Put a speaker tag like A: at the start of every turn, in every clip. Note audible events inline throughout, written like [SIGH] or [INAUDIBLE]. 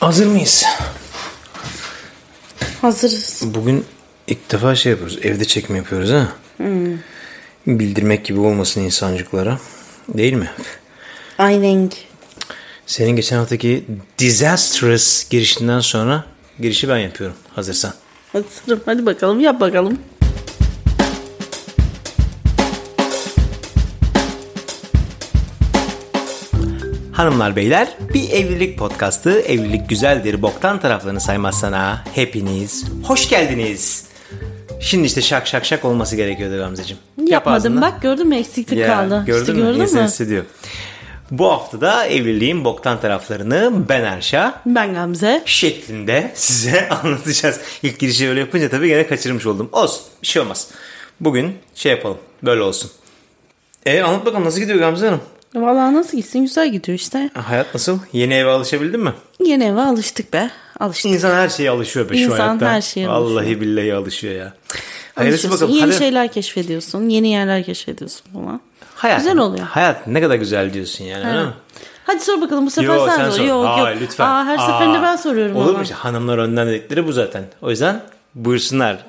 A: Hazır mıyız?
B: Hazırız.
A: Bugün ilk defa şey yapıyoruz. Evde çekim yapıyoruz ha. Bildirmek gibi olmasın insancıklara. Değil mi?
B: Aynen.
A: Senin geçen haftaki disastrous girişinden sonra girişi ben yapıyorum. Hazırsan.
B: Hazırım. Hadi bakalım yap bakalım.
A: Hanımlar beyler bir evlilik podcastı evlilik güzeldir boktan taraflarını saymazsan ha hepiniz hoş geldiniz. Şimdi işte şak şak şak olması gerekiyordu Gamzeciğim. Yap
B: Yapmadım
A: ağzını.
B: bak gördün mü eksiklik
A: Ya,
B: kaldı.
A: Gördün
B: İşte
A: mü? İnsan hissediyor. Bu hafta da evliliğin boktan taraflarını ben Erşa
B: Ben Gamze.
A: şeklinde size [LAUGHS] anlatacağız. İlk girişi öyle yapınca tabii gene kaçırmış oldum. Olsun bir şey olmaz. Bugün şey yapalım böyle olsun. E anlat bakalım nasıl gidiyor Gamze Hanım? E,
B: Vallahi nasıl gitsin güzel gidiyor işte.
A: Hayat nasıl? Yeni eve alışabildin mi?
B: Yeni eve alıştık be. Alıştık.
A: İnsan her şeye alışıyor be şu
B: İnsan
A: hayatta.
B: her şeye
A: Vallahi
B: alışıyor.
A: billahi alışıyor ya. Hayırlısı
B: Alışıyorsun.
A: bakalım.
B: Yeni
A: Hadi.
B: şeyler keşfediyorsun. Yeni yerler keşfediyorsun falan.
A: Hayat,
B: Güzel oluyor.
A: Hayat ne kadar güzel diyorsun yani öyle mi?
B: Hadi sor bakalım bu sefer
A: Yo,
B: sen,
A: sen
B: sor.
A: sor.
B: Yok
A: Aa,
B: yok.
A: lütfen.
B: Aa, her
A: Aa.
B: seferinde ben soruyorum
A: Olur
B: ama.
A: mu? şey? Hanımlar önden dedikleri bu zaten. O yüzden buyursunlar.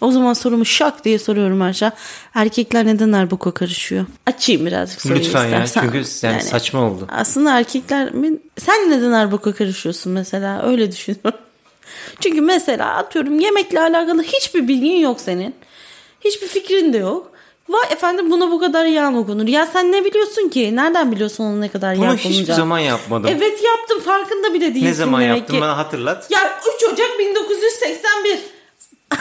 B: O zaman sorumu şak diye soruyorum Ayşe. Erkekler nedenler boka karışıyor? Açayım birazcık soruyu
A: Lütfen ya,
B: istersen.
A: çünkü sen saçma oldu.
B: Aslında erkekler mi- sen nedenler boka karışıyorsun mesela öyle düşünüyorum. [LAUGHS] çünkü mesela atıyorum yemekle alakalı hiçbir bilgin yok senin. Hiçbir fikrin de yok. Vay efendim buna bu kadar yağ mı konur? Ya sen ne biliyorsun ki? Nereden biliyorsun onun ne kadar yağ
A: Bunu
B: konacağını?
A: hiçbir zaman yapmadım.
B: Evet yaptım farkında bile değilsin
A: ne zaman
B: demek
A: yaptım
B: ki.
A: bana hatırlat.
B: Ya 3 Ocak 1981.
A: [LAUGHS]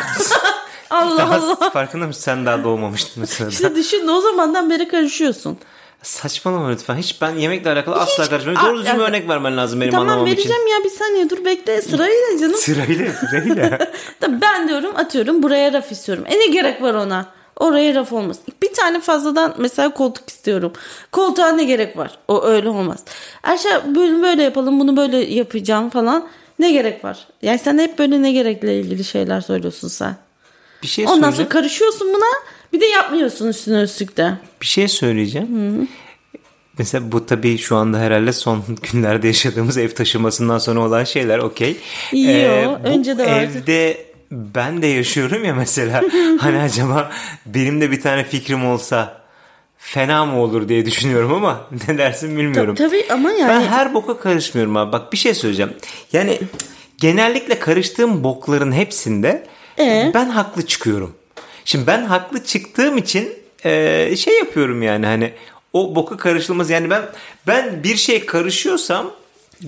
B: Allah
A: Daha
B: Allah.
A: [LAUGHS] farkında mısın sen daha doğmamıştın mesela.
B: İşte düşün o zamandan beri karışıyorsun.
A: Saçmalama lütfen. Hiç ben yemekle alakalı asla karışmıyorum.
B: Aa,
A: Doğru düzgün bir
B: yani-
A: örnek vermen lazım benim
B: tamam
A: anlamam için.
B: vereceğim ya bir saniye dur bekle sırayla canım.
A: [LAUGHS] Sırayla sırayla.
B: [LAUGHS] Tabii ben diyorum atıyorum buraya raf istiyorum. E ne gerek var ona? Oraya raf olmaz. Bir tane fazladan mesela koltuk istiyorum. Koltuğa ne gerek var? O öyle olmaz. Erşe bunu böyle yapalım bunu böyle yapacağım falan. Ne gerek var? Yani sen hep böyle ne gerekle ilgili şeyler söylüyorsun sen.
A: bir şey
B: Ondan
A: söyleyeceğim.
B: sonra karışıyorsun buna. Bir de yapmıyorsun üstüne üstlük de.
A: Bir şey söyleyeceğim. Mesela bu tabii şu anda herhalde son [LAUGHS] günlerde yaşadığımız ev taşımasından sonra olan şeyler okey. Ee,
B: Yo,
A: bu
B: önce de vardı.
A: Evde ben de yaşıyorum ya
B: [LAUGHS]
A: mesela. hani acaba benim de bir tane fikrim olsa fena mı olur diye düşünüyorum ama [LAUGHS] ne dersin bilmiyorum.
B: Tabii ama
A: Ben
B: yani
A: her boka karışmıyorum abi. Bak bir şey söyleyeceğim. Yani genellikle karıştığım bokların hepsinde
B: Ee?
A: ben haklı çıkıyorum. Şimdi ben haklı çıktığım için e, şey yapıyorum yani hani o boka karışılmaz. Yani ben ben bir şey karışıyorsam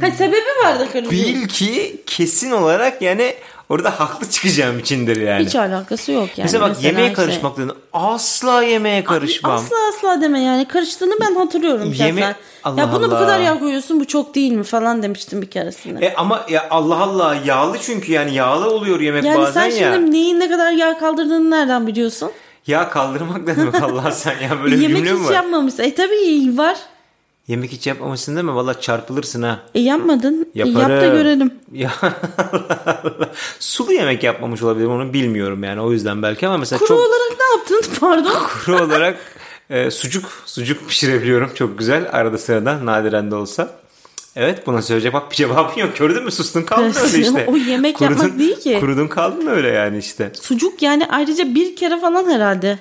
B: ha, sebebi vardı karışıyor.
A: bil ki kesin olarak yani orada haklı çıkacağım içindir yani.
B: Hiç alakası yok yani.
A: mesela bak yemeğe
B: işte-
A: karışmak dedin. Asla yemeğe karışmam.
B: Asla asla deme yani karıştığını ben hatırlıyorum şahsen.
A: Yemin- Allah
B: ya buna
A: Allah.
B: bu kadar yağ koyuyorsun bu çok değil mi falan demiştim bir keresinde.
A: E ama ya Allah Allah yağlı çünkü yani yağlı oluyor yemek
B: yani
A: bazen
B: sen
A: ya.
B: şimdi neyin ne kadar yağ kaldırdığını nereden biliyorsun?
A: Ya kaldırmak ne demek
B: [LAUGHS]
A: Allah sen ya böyle bir
B: Yemek
A: cümle mi
B: hiç
A: var?
B: yapmamışsın. E tabii var.
A: Yemek hiç yapmamışsın değil mi? Valla çarpılırsın ha.
B: E yapmadın. E,
A: Yaparım.
B: yap da görelim.
A: [LAUGHS] Ya Allah Allah. Sulu yemek yapmamış olabilirim onu bilmiyorum yani o yüzden belki ama mesela
B: Kuru
A: çok
B: olarak ne yaptın? [LAUGHS] Pardon.
A: kuru olarak e, sucuk sucuk pişirebiliyorum çok güzel arada sırada nadiren de olsa. Evet buna söyleyecek bak bir cevabın yok gördün mü sustun kaldın öyle işte.
B: [LAUGHS] O yemek yapmak değil ki.
A: Kurudun kaldın öyle yani işte.
B: Sucuk yani ayrıca bir kere falan herhalde.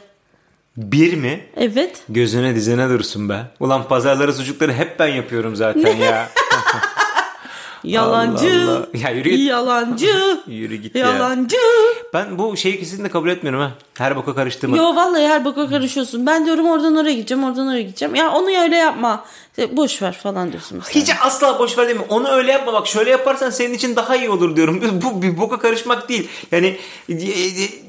A: Bir mi?
B: Evet.
A: Gözüne dizine dursun be. Ulan pazarları sucukları hep ben yapıyorum
B: [LAUGHS]
A: zaten ya.
B: Yalancı.
A: Allah Allah. Ya yürü git.
B: Yalancı.
A: [LAUGHS] Yürü git ya.
B: Yalancı.
A: Ben bu şeyi kesinlikle kabul etmiyorum ha. Her boka karıştırma.
B: Yo vallahi her boka karışıyorsun. Ben diyorum oradan oraya gideceğim, oradan oraya gideceğim. Ya onu öyle yapma. İşte boş ver falan diyorsun mesela.
A: Hiç asla boş ver demiyorum. Onu öyle yapma bak şöyle yaparsan senin için daha iyi olur diyorum. [LAUGHS] Bu bir boka karışmak değil. Yani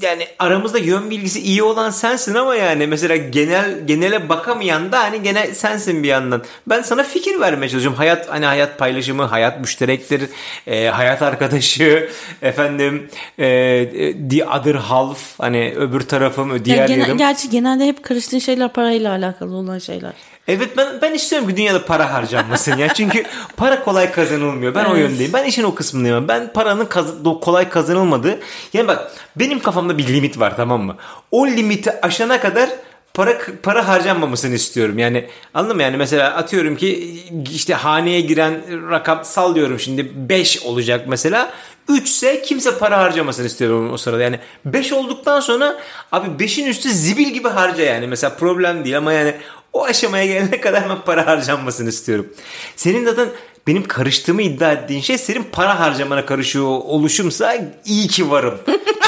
A: yani aramızda yön bilgisi iyi olan sensin ama yani mesela genel genele bakamayan da hani genel sensin bir yandan. Ben sana fikir vermeye çalışıyorum. Hayat hani hayat paylaşımı, hayat müşterektir, e, hayat arkadaşı, [LAUGHS] efendim e, e, the other half hani öbür tarafım,
B: Ya
A: diğer
B: gene-
A: yarım.
B: gerçi genelde hep karıştığın şeyler parayla alakalı olan şeyler.
A: Evet ben ben istiyorum ki dünyada para harcanmasın ya. Çünkü para kolay kazanılmıyor. Ben o
B: Evet.
A: yöndeyim. Ben işin o kısmındayım. Ben paranın kaz- do- kolay kazanılmadığı. Yani bak benim kafamda bir limit var tamam mı? O limiti aşana kadar para para harcanmamasını istiyorum. Yani anladın mı? Yani mesela atıyorum ki işte haneye giren rakam sallıyorum şimdi 5 olacak mesela. 3 ise kimse para harcamasını istiyorum o sırada. Yani 5 olduktan sonra abi 5'in üstü zibil gibi harca yani. Mesela problem değil ama yani o aşamaya gelene kadar ben para harcanmasını istiyorum. Senin zaten benim karıştığımı iddia ettiğin şey senin para harcamana karışıyor oluşumsa iyi ki varım. [LAUGHS]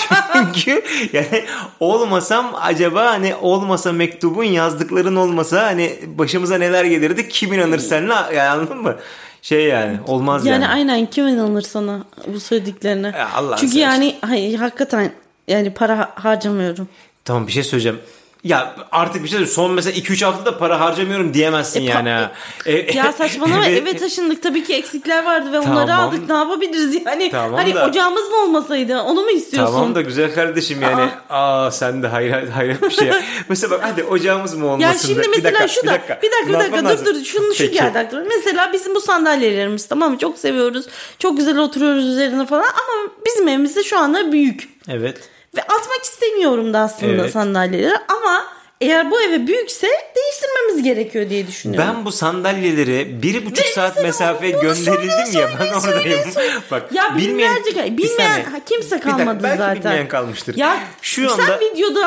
A: Çünkü yani olmasam acaba hani olmasa mektubun yazdıkların olmasa hani başımıza neler gelirdi kim inanır seninle yani anladın mı? Şey yani olmaz yani.
B: Yani aynen kim inanır sana bu söylediklerine?
A: Ya Allah'ın
B: Çünkü
A: seversen.
B: yani hayır, hakikaten yani para ha- harcamıyorum.
A: Tamam bir şey söyleyeceğim. Ya artık bir şey söyleyeyim. Son mesela 2-3 haftada para harcamıyorum diyemezsin
B: E, pa-
A: yani. ha. E, [LAUGHS]
B: Ya saçmalama
A: eve-
B: eve taşındık tabii ki eksikler vardı ve onları
A: Tamam.
B: aldık ne yapabiliriz yani
A: Tamam
B: hani
A: da-
B: ocağımız mı olmasaydı onu mu istiyorsun?
A: Tamam da güzel kardeşim yani. Aa, sen de hayret, hayret bir şey.
B: [LAUGHS]
A: mesela bak hadi ocağımız mı olmasın?
B: Ya şimdi
A: da-
B: mesela şu da bir dakika bir dakika,
A: Ne yapmam
B: dur
A: lazım?
B: dur şunu şu
A: Peki.
B: geldi aklıma. Mesela bizim bu sandalyelerimiz tamam mı çok seviyoruz çok güzel oturuyoruz üzerine falan ama bizim evimizde şu anda büyük.
A: Evet.
B: Ve atmak istemiyorum da aslında
A: Evet.
B: sandalyeleri ama eğer bu eve büyükse değiştirmemiz gerekiyor diye düşünüyorum.
A: Ben bu sandalyeleri bir buçuk saat
B: sana
A: mesafe
B: bunu
A: gönderildim
B: söyle,
A: ya ben
B: söyle, söyle,
A: oradayım.
B: söyle.
A: Bak
B: Ya binlerce-
A: Bir
B: bilmeyen-
A: saniye.
B: ha, kimse
A: Bir dakika,
B: kalmadı
A: belki
B: zaten.
A: bilmeyen kalmıştır.
B: Ya
A: şu
B: sen
A: anda
B: videoda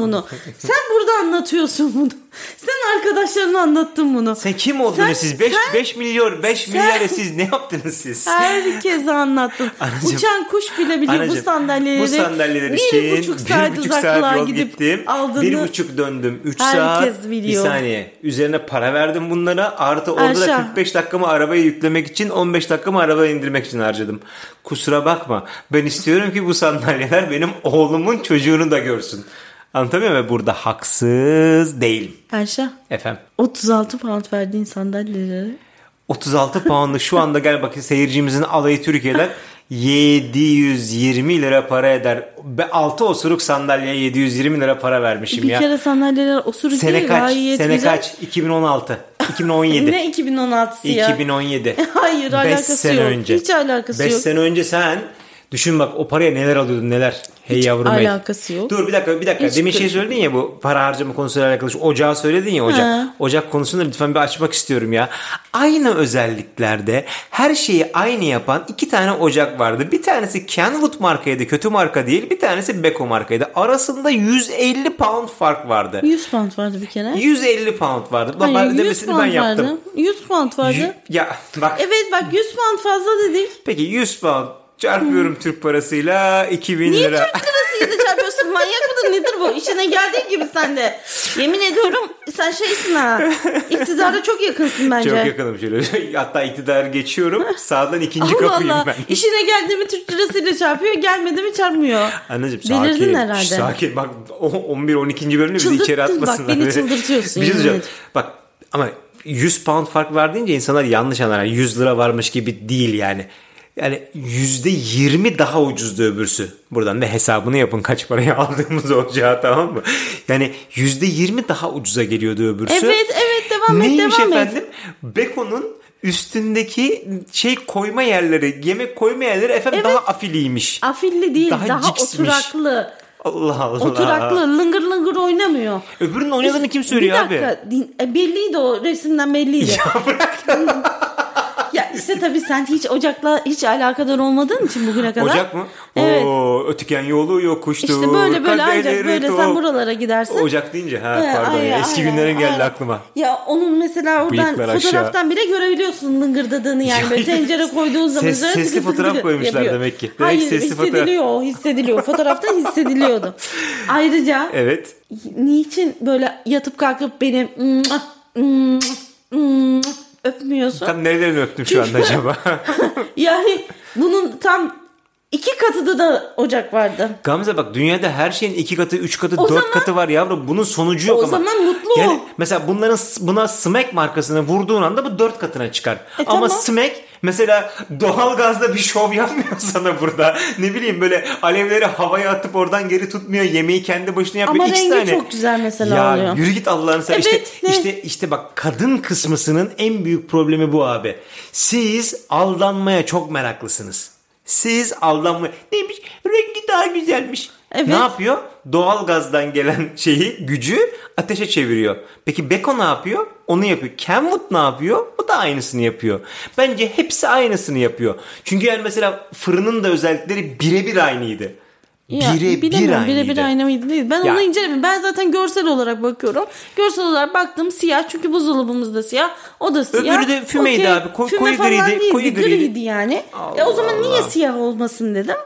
A: [LAUGHS]
B: bunu. sen burada anlatıyorsun bunu. Sen arkadaşlarına anlattın bunu.
A: sen kim oldunuz
B: Sen-
A: siz? 5
B: sen-
A: 5 milyar 5
B: sen-
A: milyar siz ne yaptınız siz?
B: Herkese anlattın.
A: [LAUGHS] Anacığım,
B: Uçan kuş bile biliyor bu
A: Anacığım,
B: sandalyeleri.
A: bu sandalyeleri
B: bir
A: için
B: buçuk saat
A: bir buçuk
B: uzaklığa
A: saat yol
B: gidip
A: gittim.
B: aldığını.
A: Bir buçuk döndüm. Üç
B: herkes
A: saat.
B: biliyor.
A: Bir saniye. Üzerine para verdim bunlara. Artı orada da
B: Ayşe.
A: 45 dakikamı arabaya yüklemek için 15 dakikamı arabaya indirmek için harcadım. Kusura bakma. Ben istiyorum ki bu sandalyeler benim oğlumun çocuğunu da görsün. Anlatabiliyor muyum? Ve Burada haksız değilim.
B: Ayşe
A: Efendim.
B: 36 pound verdiğin sandalyeleri.
A: 36 pound'lık şu anda gel bak seyircimizin alayı Türkiye'den 720 lira para eder. 6 osuruk sandalyeye 720 lira para vermişim
B: bir
A: ya.
B: kere sandalyeler osuruk
A: Sene
B: değil
A: kaç?
B: gayet
A: Sene
B: güzel.
A: kaç? 2016. 2017.
B: [LAUGHS] Ne 2016'sı ya?
A: 2017.
B: [LAUGHS] Hayır
A: 5
B: alakası
A: sene
B: yok.
A: önce.
B: Hiç alakası
A: 5
B: yok.
A: sene önce sen düşün bak o paraya neler alıyordun neler. Hey yavrum hey.
B: alakası yok.
A: Dur bir dakika bir dakika.
B: Hiç
A: Demin şey
B: karışmıyor.
A: söyledin ya bu para harcama konusuyla alakalı. Şu Ocağı söyledin ya ocak.
B: Ha.
A: Ocak konusunu lütfen bir açmak istiyorum ya. Aynı özelliklerde her şeyi aynı yapan iki tane ocak vardı. Bir tanesi Kenwood markaydı kötü marka değil. Bir tanesi Beko markaydı. Arasında 150 pound fark vardı.
B: 100 pound vardı bir kere.
A: 150 pound vardı. Bak
B: Hayır,
A: ben demesini ben yaptım.
B: vardı. 100 pound vardı.
A: Yü- Ya bak
B: Evet bak 100 pound fazla dedik.
A: peki 100 pound çarpıyorum Türk parasıyla 2000
B: Niye
A: lira.
B: Türk lirasıyla çarpıyorsun? Manyak mıdır nedir bu? İşine geldiğin gibi sen de. Yemin ediyorum sen şeysin ha. İktidara çok yakınsın bence.
A: Çok yakınım şöyle. [LAUGHS] Hatta iktidarı
B: [LAUGHS]
A: geçiyorum. Sağdan ikinci
B: Allah
A: kapıyım
B: Allah.
A: ben.
B: İşine geldi mi Türk lirasıyla çarpıyor, gelmedi mi çarpmıyor.
A: Anneciğim sakin.
B: Delirdin herhalde.
A: Şş, Sakin. Bak o- 11 12. bölümde bizi
B: Çıldırttın.
A: içeri
B: Bak,
A: atmasınlar.
B: beni çıldırtıyorsun,
A: [LAUGHS] Bir şey
B: yemin
A: söyleyeceğim.
B: ederim.
A: Bak ama 100 pound fark var deyince insanlar yanlış anlar. 100 lira varmış gibi değil yani. Yani %20 daha ucuzdu öbürsü. Buradan da hesabını yapın kaç paraya aldığımız ocağı tamam mı? Yani %20 daha ucuza geliyordu öbürsü.
B: Evet, evet, devam et,
A: Neymiş
B: devam et.
A: efendim? Beko'nun üstündeki şey koyma yerleri, yemek koyma yerleri efendim daha afiliymiş.
B: Afilli değil,
A: Daha
B: daha,
A: ciksmiş.
B: oturaklı.
A: Allah Allah.
B: Oturaklı, lıngır lıngır oynamıyor.
A: Öbürünün oynadığını kim söylüyor
B: bir
A: abi?
B: dakika, din- e, belliydi o
A: [LAUGHS]
B: resimden belliydi. Ya bırak. [LAUGHS] ya işte tabii sen hiç ocakla hiç alakadar olmadığın için bugüne kadar.
A: Ocak mı?
B: Evet.
A: Oo, ötüken yolu yokuştu.
B: İşte böyle böyle ancak
A: kadeleri
B: böyle
A: to-
B: sen buralara gidersin.
A: Ocak deyince ha
B: Ee,
A: pardon
B: ay,
A: ya, eski
B: ay,
A: günlerin
B: ay,
A: geldi
B: ay.
A: aklıma.
B: Ya onun mesela oradan
A: Bıyıklar aşağı.
B: fotoğraftan bile görebiliyorsun lıngırdadığını
A: [LAUGHS]
B: yani böyle tencere koyduğun zaman.
A: Ses-
B: üzerine
A: sesli
B: tıkı tıkı
A: fotoğraf
B: tıkı
A: koymuşlar demek ki. Direkt
B: Hayır
A: sesli fotoğraf.
B: hissediliyor o, hissediliyor. Fotoğrafta
A: [LAUGHS]
B: hissediliyordu. Ayrıca
A: Evet.
B: niçin böyle yatıp kalkıp beni "Mua, mua, mua" öpmüyorsun?
A: Tam nerelerini öptüm şu
B: [LAUGHS]
A: anda acaba?
B: Yani bunun tam iki katıda da ocak vardı.
A: Gamze bak dünyada her şeyin iki katı, üç katı,
B: O
A: dört
B: zaman-
A: katı var yavrum. Bunun sonucu yok
B: O
A: ama.
B: zaman mutlu
A: Yani
B: ol.
A: mesela bunların s- buna Smack markasını vurduğun anda bu dört katına çıkar. ama
B: E, tamam.
A: Smack mesela doğal gazda bir şov yapmıyor [LAUGHS] sana burada. Ne bileyim böyle alevleri havaya atıp oradan geri tutmuyor. Yemeği kendi başına yapmıyor.
B: Ama
A: İki
B: rengi
A: tane.
B: çok güzel mesela
A: ya,
B: oluyor.
A: yürü git Allah'ını sen.
B: Evet,
A: işte,
B: ne?
A: işte, işte bak kadın kısmısının en büyük problemi bu abi. Siz aldanmaya çok meraklısınız. Siz aldanmaya... Neymiş? Rengi daha güzelmiş.
B: Evet.
A: Ne yapıyor? Doğal gazdan gelen şeyi, gücü ateşe çeviriyor. Peki Beko ne yapıyor? Onu yapıyor. Kenwood ne yapıyor? O da aynısını yapıyor. Bence hepsi aynısını yapıyor. Çünkü yani mesela fırının da özellikleri birebir aynıydı.
B: Ya,
A: Birebir
B: bilemiyorum,
A: aynıydı.
B: Birebir aynı mıydı değil. Ben
A: Ya.
B: onu incelemiyorum. Ben zaten görsel olarak bakıyorum. Görsel olarak baktım siyah çünkü buzdolabımız da siyah. O da siyah.
A: Öbürü de fümeydi
B: Okey.
A: abi. Koy-
B: Füme
A: koyu
B: falan
A: griydi,
B: değildi,
A: koyu griydi.
B: yani.
A: Allah
B: E, o zaman niye
A: Allah.
B: siyah olmasın dedim.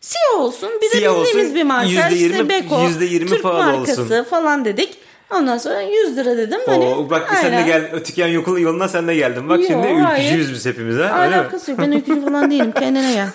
B: Siyah olsun. Bir
A: Siyah
B: de bildiğimiz
A: olsun,
B: bir marka.
A: yüzde
B: işte
A: yirmi-
B: Beko,
A: yüzde yirmi
B: Türk
A: pahalı
B: markası
A: olsun.
B: falan dedik. Ondan sonra 100 lira dedim. Hani,
A: Oo, bak sen de
B: aynen.
A: gel ötüken yokul yoluna sen de geldin. Bak
B: Yo,
A: şimdi
B: hayır.
A: ülkücüyüz biz hepimiz ha. öyle mi?
B: Alakası yok. Ben ülkücü falan değilim. Kendine gel.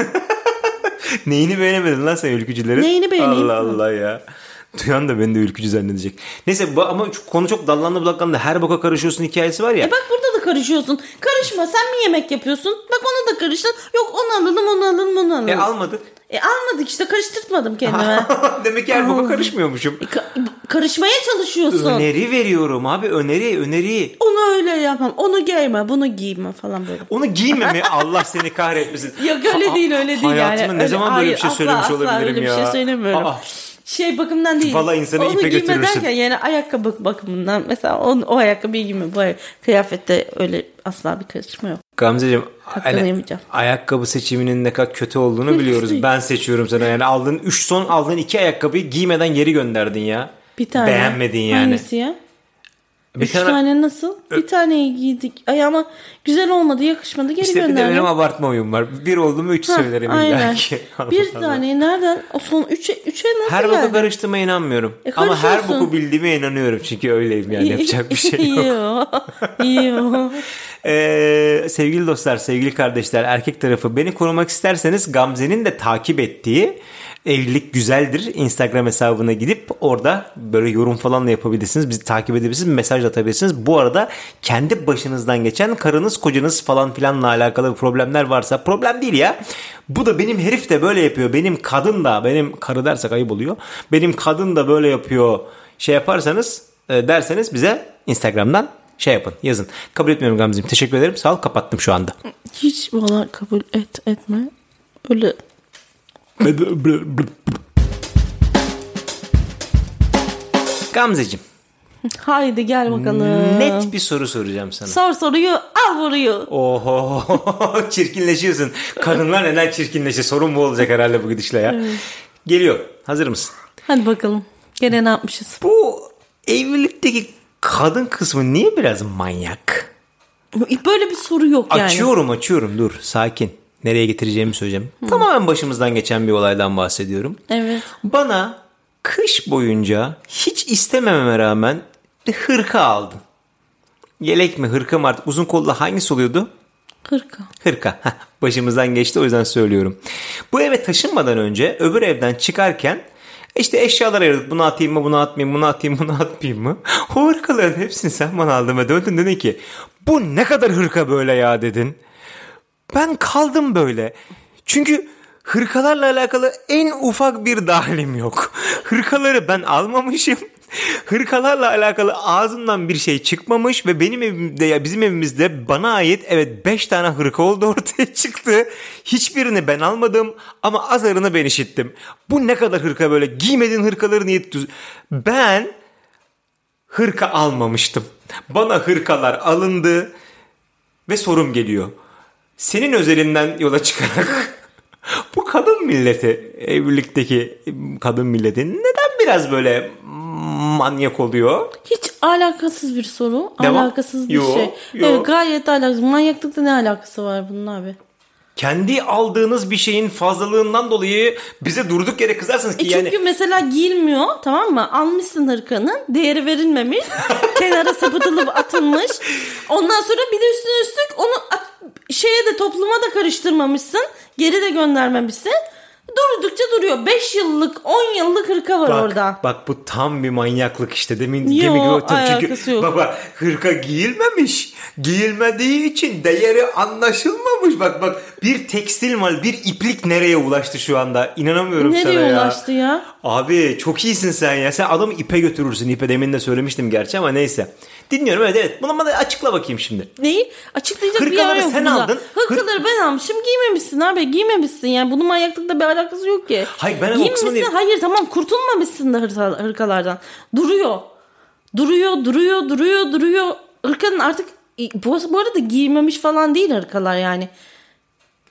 A: Neyini beğenemedin lan sen ülkücülerin?
B: Neyini beğeneyim?
A: Allah Allah ya. [LAUGHS] Duyan da beni de ülkücü zannedecek. Neyse ba- ama şu konu çok dallandı budaklandı. Her boka karışıyorsun hikayesi var ya.
B: E bak burada da karışıyorsun. Karışma sen mi yemek yapıyorsun? Bak ona da karıştın. Yok onu alalım onu alalım onu alalım.
A: E
B: E,
A: almadık. [LAUGHS]
B: almadık işte karıştırtmadım kendime.
A: Demek ki her
B: Allah.
A: boka karışmıyormuşum.
B: E, ka- karışmaya çalışıyorsun.
A: Öneri veriyorum abi öneri öneri.
B: Onu öyle yapmam. Onu giyme bunu giyme falan böyle.
A: Onu giyme mi? [LAUGHS] Allah seni kahretmesin.
B: Yok öyle
A: Ha-
B: değil öyle değil yani.
A: Hayatımda ne
B: Öyle-
A: zaman böyle
B: hayır,
A: bir şey
B: asla,
A: söylemiş
B: asla
A: olabilirim
B: öyle
A: ya?
B: bir şey söylemiyorum.
A: Aa.
B: Şey bakımdan değil.
A: Valla insanı
B: Onu
A: ipe
B: giyme
A: götürürsün.
B: derken yani ayakkabı bakımından mesela on, o ayakkabıyı giyme. Bu ay- kıyafette öyle asla bir karışma yok.
A: Gamzeciğim
B: Hakkını
A: hani
B: yemeyeceğim.
A: ayakkabı seçiminin ne kadar kötü olduğunu
B: [LAUGHS]
A: biliyoruz. ben seçiyorum sana yani aldığın 3 son aldığın 2 ayakkabıyı giymeden geri gönderdin ya.
B: Bir tane.
A: Beğenmedin yani.
B: Hangisi ya?
A: Bir
B: Üç tane, nasıl? Bir taneyi giydik. Ay ama güzel olmadı, yakışmadı. Geri
A: işte bir de
B: gönderdim.
A: benim abartma huyum var. Bir oldu mu 3
B: Hah,
A: söylerim
B: aynen.
A: illa [LAUGHS] ki. Allah
B: Bir
A: Allah.
B: tane nereden? O son üçe, üçe nasıl
A: Her boku
B: geldi?
A: karıştığıma inanmıyorum.
B: E,
A: Ama her
B: karışıyorsun.
A: boku bildiğime inanıyorum. Çünkü öyleyim yani yapacak
B: [LAUGHS]
A: bir şey yok. [LAUGHS]
B: yok.
A: Ee, sevgili dostlar, sevgili kardeşler, erkek tarafı beni korumak isterseniz Gamze'nin de takip ettiği Evlilik Güzeldir Instagram hesabına gidip orada böyle yorum falan da yapabilirsiniz. Bizi takip edebilirsiniz, mesaj da atabilirsiniz. Bu arada kendi başınızdan geçen karınız, kocanız falan filanla alakalı problemler varsa problem değil ya. Bu da benim herif de böyle yapıyor. Benim kadın da, benim karı dersek ayıp oluyor. Benim kadın da böyle yapıyor. Şey yaparsanız e, derseniz bize Instagram'dan şey yapın yazın. Kabul etmiyorum Gamze'ciğim. Teşekkür ederim. Sağ ol kapattım şu anda.
B: Hiç valla kabul et etme. Öyle
A: Gamze'cim
B: Haydi gel
A: Hmm.
B: bakalım.
A: net bir soru soracağım sana.
B: Sor soruyu al vuruyu.
A: Oho [LAUGHS] çirkinleşiyorsun. Kadınlar neden çirkinleşiyor? Sorun bu olacak herhalde bu gidişle ya. Geliyor. Hazır mısın?
B: Hadi bakalım. Gene ne yapmışız?
A: Bu evlilikteki kadın kısmı niye biraz manyak?
B: Böyle bir soru yok yani.
A: Açıyorum açıyorum dur sakin. Nereye getireceğimi söyleyeceğim. Tamamen başımızdan geçen bir olaydan bahsediyorum.
B: Evet.
A: Bana kış boyunca hiç istemememe rağmen bir hırka aldın. Yelek mi hırka mı artık uzun kollu hangisi oluyordu?
B: Kırka.
A: Hırka. [LAUGHS] Hah, Başımızdan geçti o yüzden söylüyorum. Bu eve taşınmadan önce öbür evden çıkarken işte eşyalar ayırdık. Bunu atayım mı, bunu atmayayım, bunu atayım, bunu atmayayım mı? [LAUGHS] O hırkaların hepsini sen bana aldın ve döndün dedin ki bu ne kadar hırka böyle ya dedin. Ben kaldım böyle. Çünkü hırkalarla alakalı en ufak bir dahilim yok. [LAUGHS] Hırkaları ben almamışım. Hırkalarla alakalı ağzımdan bir şey çıkmamış ve benim evimde ya bizim evimizde bana ait evet 5 tane hırka oldu [LAUGHS] ortaya çıktı. Hiçbirini ben almadım ama azarını ben işittim. Bu ne kadar hırka böyle giymediğin hırkaları niye düz... Ben hırka almamıştım. Bana hırkalar alındı ve sorum geliyor. Senin özelinden yola çıkarak [LAUGHS] bu kadın milleti, evlilikteki kadın milleti neden biraz böyle manyak oluyor?
B: Hiç alakasız bir soru.
A: Devam.
B: Alakasız bir
A: Yo,
B: şey.
A: yo.
B: Evet, gayet alakasız. Manyaklıkla ne alakası var bunun abi?
A: Kendi aldığınız bir şeyin fazlalığından dolayı bize durduk yere kızarsınız ki
B: E
A: yani.
B: çünkü mesela giyilmiyor tamam mı? Almışsın hırkanın
A: [LAUGHS]
B: değeri verilmemiş. kenara sapıtılıp atılmış. Ondan sonra bir de üstüne üstlük onu at- şeye de topluma da karıştırmamışsın. Geri de göndermemişsin. Durdukça duruyor. 5 yıllık 10 yıllık hırka var
A: Bak,
B: orada.
A: bak bu tam bir manyaklık işte. Demin
B: Yo,
A: demin
B: alakası
A: çünkü
B: yok.
A: baba hırka giyilmemiş. Giyilmediği için değeri anlaşılmamış. Bak bak bir tekstil mal, bir iplik nereye ulaştı şu anda? İnanamıyorum sana ya.
B: Nereye ulaştı ya?
A: Abi çok iyisin sen ya. Sen adamı ipe götürürsün. İpe demin de söylemiştim gerçi ama neyse. Dinliyorum evet evet. Bunu bana açıkla bakayım şimdi.
B: Neyi? Açıklayacak bir yer
A: Hırkaları
B: yok.
A: sen
B: burada.
A: aldın.
B: Hırkaları ben almışım giymemişsin abi. Giymemişsin yani. Bunun manyaklıkla bir alakası yok ki.
A: Hayır, ben o kısmını
B: Giymemişsin.
A: diyorum.
B: Hayır tamam kurtulmamışsın da hırsa- hırkalardan. Duruyor. Duruyor, duruyor, duruyor, duruyor. Hırkanın artık bu, bu arada giymemiş falan değil hırkalar yani.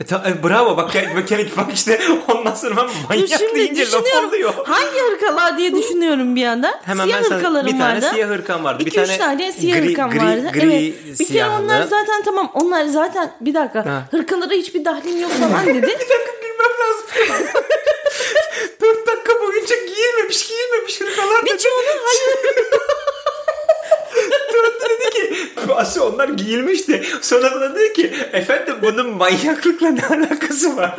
A: E, ta- e, bravo bak ya- bak, yani bak işte [LAUGHS] ondan sonra ben
B: Dur
A: manyak
B: şimdi
A: deyince laf
B: düşünüyorum.
A: oluyor.
B: Hangi hırkalar diye düşünüyorum bir yandan.
A: Hemen
B: siyah
A: ben sana-
B: hırkalarım
A: bir tane
B: vardı.
A: siyah hırkan vardı, bir
B: İki, üç
A: tane
B: tane siyah
A: gri-
B: hırkam
A: gri-
B: vardı.
A: gri
B: evet. Bir kere
A: siyahlı.
B: onlar zaten tamam. Onlar zaten bir dakika.
A: Ha.
B: Hırkalara hiçbir dahlim yok
A: [LAUGHS]
B: falan dedi.
A: Bir dakika gülmem
B: [LAUGHS]
A: lazım. 4 dakika boyunca giyilmemiş giyilmemiş hırkalar dedi.
B: Birçoğunu hayır.
A: Döndü dedi ki aslında onlar giyilmişti. Sonra bana dedi ki efendim bunun manyaklıkla ne alakası var?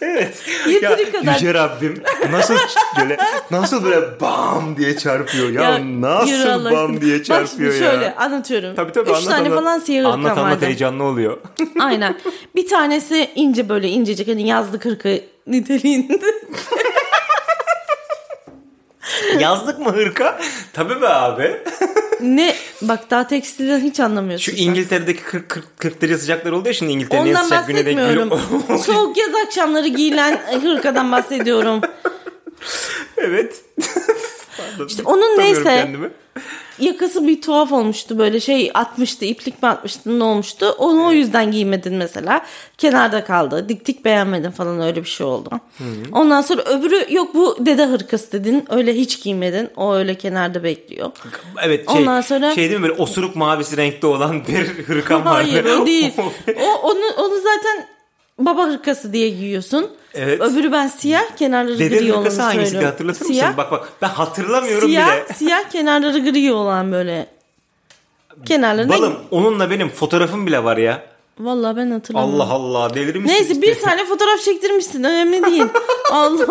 A: Evet.
B: Yeteri kadar.
A: Yüce Rabbim nasıl böyle nasıl böyle bam diye çarpıyor ya,
B: yürü
A: nasıl
B: Allah
A: bam
B: aşkına.
A: diye
B: Bak
A: çarpıyor
B: şimdi
A: ya.
B: şöyle anlatıyorum.
A: Tabii tabii
B: Üç
A: anlat,
B: tane
A: anlat.
B: falan siyah hırkam
A: Anlat anlat [LAUGHS]
B: vardı.
A: heyecanlı oluyor.
B: Aynen. Bir tanesi ince böyle incecik hani yazlık hırka niteliğinde. [LAUGHS]
A: Yazlık mı hırka? Tabii be abi.
B: ne bak daha tekstilden hiç anlamıyorsun.
A: Şu
B: sen.
A: İngiltere'deki 40, 40, 40 derece sıcaklar oldu ya şimdi İngiltere'nin en
B: Ondan
A: sıcak güne denk geliyor.
B: bahsetmiyorum. Soğuk yaz akşamları giyilen hırkadan bahsediyorum.
A: [LAUGHS] evet. Pardon,
B: İşte onun
A: tutamıyorum
B: neyse.
A: kendimi.
B: Yakası bir tuhaf olmuştu böyle şey atmıştı iplik mi atmıştı ne olmuştu. Onu o yüzden giymedin mesela. Kenarda kaldı. Diktik beğenmedin falan öyle bir şey oldu. Ondan sonra öbürü yok bu dede hırkası dedin. Öyle hiç giymedin. O öyle kenarda
A: [LAUGHS]
B: bekliyor.
A: Evet şey,
B: Ondan sonra-
A: şey değil mi böyle osuruk mavisi renkte olan [LAUGHS] bir hırkam var.
B: Hayır
A: [LAUGHS]
B: o değil. o onu onu zaten baba hırkası diye giyiyorsun.
A: Evet.
B: Öbürü ben siyah kenarları
A: Dedenin
B: gri olanı
A: hırkası hangisiydi
B: söylüyorum.
A: hatırlatır
B: Siyah.
A: mısın? Bak bak ben hatırlamıyorum
B: siyah,
A: bile.
B: siyah kenarları gri olan böyle. Kenarlarına
A: Balım onunla benim fotoğrafım bile var ya.
B: Vallahi ben hatırlamıyorum.
A: Allah Allah delir misin?
B: Neyse
A: işte?
B: bir tane fotoğraf çektirmişsin
A: [LAUGHS]
B: önemli değil. Allah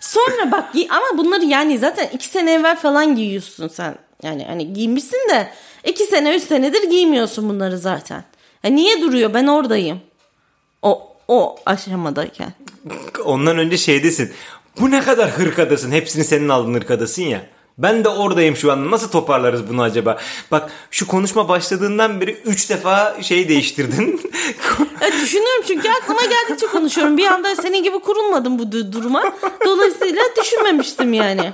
B: Sonra bak giy- ama bunları yani zaten iki sene evvel falan giyiyorsun sen. Yani hani giymişsin de iki sene üç senedir giymiyorsun bunları zaten. Ya niye duruyor ben oradayım. O o aşamadayken.
A: Ondan önce şeydesin. Bu ne kadar hırkadasın. Hepsini senin aldığın hırkadasın ya. Ben de oradayım şu an. Nasıl toparlarız bunu acaba? Bak şu konuşma başladığından beri 3 defa şey değiştirdin. [LAUGHS]
B: Ya E düşünüyorum çünkü aklıma geldikçe konuşuyorum. Bir anda senin gibi kurulmadım bu du- duruma. Dolayısıyla düşünmemiştim yani.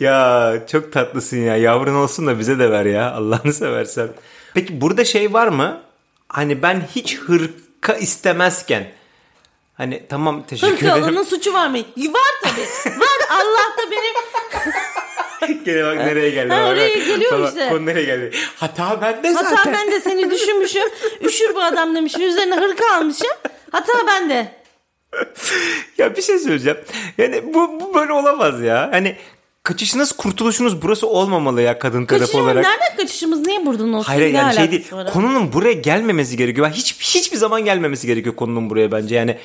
A: ya çok tatlısın ya. Yavrun olsun da bize de ver ya. Allah'ını seversen. Peki burada şey var mı? Hani ben hiç hırka istemezken. Hani tamam teşekkür
B: Hırka
A: ederim.
B: alanın suçu var mı? Var tabii. Var Allah da benim
A: [LAUGHS] Gene bak nereye geldi.
B: Ha,
A: bak,
B: oraya
A: bak.
B: geliyor
A: Bak, bak,
B: işte.
A: Konu nereye geldi. Hata bende zaten.
B: Hata ben de seni düşünmüşüm. Üşür bu adam demişim. Üzerine hırka almışım. Hata bende.
A: Ya bir şey söyleyeceğim. Yani bu, bu böyle olamaz ya. Hani kaçışınız kurtuluşunuz burası olmamalı ya kadın tarafı
B: Kaçışımız
A: olarak.
B: nereden kaçışımız niye buradan olsun?
A: Hayır
B: Ne
A: yani şey
B: alakası
A: değil.
B: var?
A: Konunun buraya gelmemesi gerekiyor. Ben hiç hiçbir zaman gelmemesi gerekiyor konunun buraya bence. Yani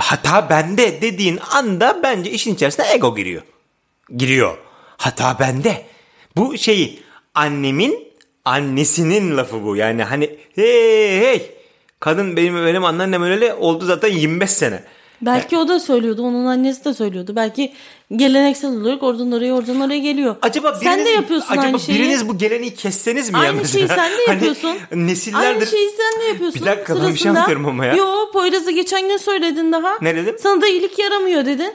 A: hata bende dediğin anda bence işin içerisine ego giriyor. Giriyor. Hata bende. Bu şeyi annemin annesinin lafı bu. Yani hani hey hey kadın benim benim anneannem öyle oldu zaten 25 sene.
B: Belki o da söylüyordu. Onun annesi de söylüyordu. Belki geleneksel olarak oradan oraya oradan oraya geliyor.
A: Acaba
B: Sen de
A: biriniz-
B: yapıyorsun
A: acaba
B: aynı şeyi.
A: biriniz bu geleneği kesseniz mi? ya
B: Aynı şeyi
A: mesela?
B: sen de
A: [LAUGHS] Hani
B: yapıyorsun.
A: nesillerdir.
B: Aynı şey- şeyi sen de yapıyorsun.
A: Bir dakika, ben bir şey
B: Sırasında-
A: anlatıyorum ama ya.
B: Yo Poyraz'a geçen gün söyledin daha.
A: Ne dedim?
B: Sana da iyilik yaramıyor dedin.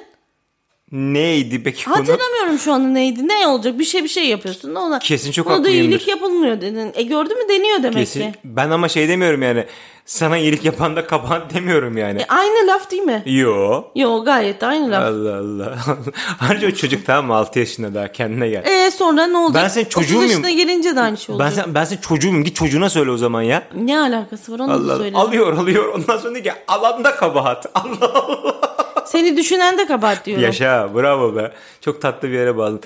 A: Neydi peki konu?
B: Hatırlamıyorum şu anda neydi. Ne olacak? Bir şey bir şey yapıyorsun. Ne olacak?
A: Kesin çok
B: Ona da
A: haklıyımdır.
B: iyilik yapılmıyor dedin. E gördün mü deniyor demek
A: Kesin-
B: ki.
A: Ben ama şey demiyorum yani. Sana iyilik yapan da kaban demiyorum yani.
B: E, aynı laf değil mi?
A: Yo.
B: Yo gayet de aynı laf.
A: Allah Allah. [LAUGHS] Ayrıca o çocuk tamam mı? 6 yaşında daha kendine gel.
B: E sonra ne olacak?
A: Ben senin çocuğu
B: 30
A: muyum?
B: yaşına gelince de aynı şey
A: ben,
B: olacak.
A: sen, ben senin çocuğum. Git çocuğuna söyle o zaman ya.
B: Ne alakası var onu
A: Allah
B: da
A: Allah.
B: söyle.
A: Alıyor alıyor. Ondan sonra diyor ki alanda kabahat. Allah Allah.
B: Seni düşünen de kabahat diyorum.
A: Yaşa bravo be. Çok tatlı bir yere bağladın.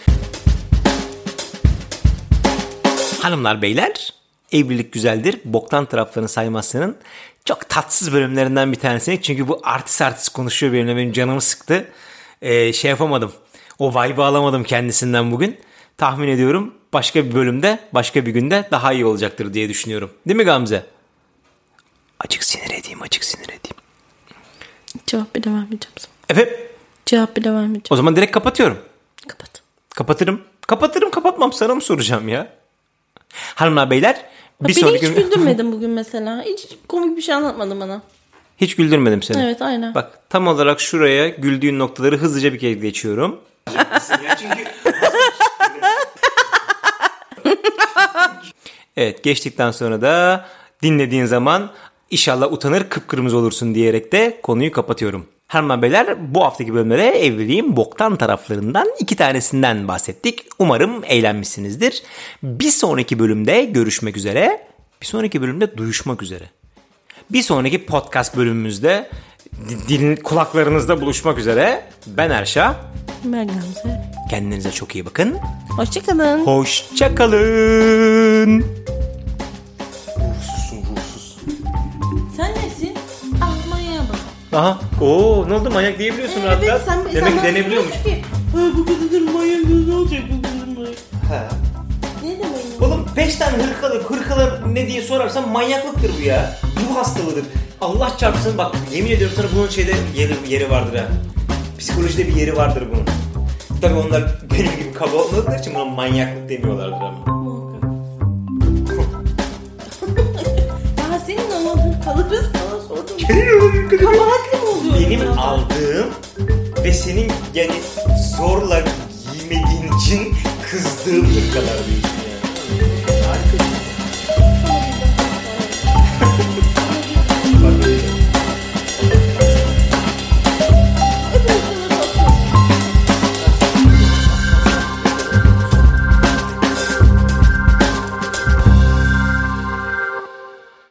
A: Hanımlar beyler evlilik güzeldir. Boktan taraflarını saymazsanın çok tatsız bölümlerinden bir tanesi. Çünkü bu artist artist konuşuyor benimle benim canımı sıktı. Ee, şey yapamadım. O vibe'ı alamadım kendisinden bugün. Tahmin ediyorum başka bir bölümde başka bir günde daha iyi olacaktır diye düşünüyorum. Değil mi Gamze? Açık sinir edeyim açık sinir edeyim.
B: Cevap bile vermeyeceğim sana.
A: Efendim
B: Cevap bile vermeyeceğim.
A: o zaman direkt kapatıyorum.
B: Kapat.
A: Kapatırım. Kapatırım kapatmam sana mı soracağım ya? Hanımlar beyler bir
B: Beni
A: sonraki
B: hiç güldürmedin bugün mesela. Hiç komik bir şey anlatmadın bana.
A: [LAUGHS] Hiç güldürmedim seni.
B: Evet aynen.
A: Bak tam olarak şuraya güldüğün noktaları hızlıca bir kere geçiyorum. evet geçtikten sonra da dinlediğin zaman inşallah utanır kıpkırmızı olursun diyerek de konuyu kapatıyorum. Harman Beyler bu haftaki bölümlere evliliğin boktan taraflarından iki tanesinden bahsettik. Umarım eğlenmişsinizdir. Bir sonraki bölümde görüşmek üzere. Bir sonraki bölümde duyuşmak üzere. Bir sonraki podcast bölümümüzde di- dilin kulaklarınızda buluşmak üzere. Ben Erşa.
B: Ben Gamze.
A: Kendinize çok iyi bakın.
B: Hoşçakalın.
A: Hoşçakalın.
B: Sen nesin? Ah manyağa bak.
A: Aha. Oo, ne oldu manyak
B: Ee,
A: diyebiliyorsun rahat rahat. Demek ki
B: bana
A: denebiliyormuş.
B: diyorsun ki, "Ay, Bu kadının manyak ne olacak bu kadının manyak.
A: Ha.
B: Ne demek ya?
A: Oğlum 5 tane hırkalı hırkalar ne diye sorarsan manyaklıktır bu ya. Bu hastalığıdır. Allah çarpsın bak yemin ediyorum sana bunun şeyde yeri, yeri vardır ha. Psikolojide bir yeri vardır bunun. Tabii onlar benim gibi kaba olmadıkları için buna manyaklık demiyorlardır ama.
B: Ya senin olmadığın kalırız sana sordum. Kabahatli mi oluyorum? ben?
A: Benim aldığım ve senin yani zorla giymediğin için kızdığım hırkalar diyorsun.